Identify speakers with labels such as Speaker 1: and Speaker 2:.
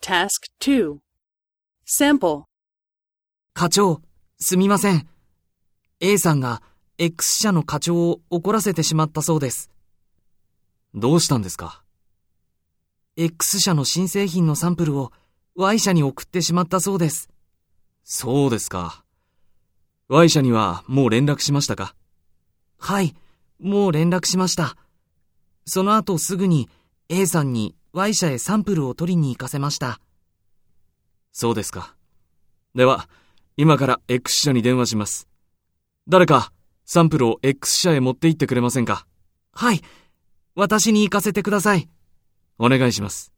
Speaker 1: Task 2. Sample.
Speaker 2: 課長、すみません。A さんが X 社の課長を怒らせてしまったそうです。どうしたんですか ?X 社の新製品のサンプルを Y 社に送ってしまったそうです。そうですか。Y 社にはもう連絡しましたかはい、もう連絡しました。その後すぐに A さんに Y 社へサンプルを取りに行かせました。そうですか。では、今から X 社に電話します。誰か、サンプルを X 社へ持って行ってくれませんかはい。私に行かせてください。お願いします。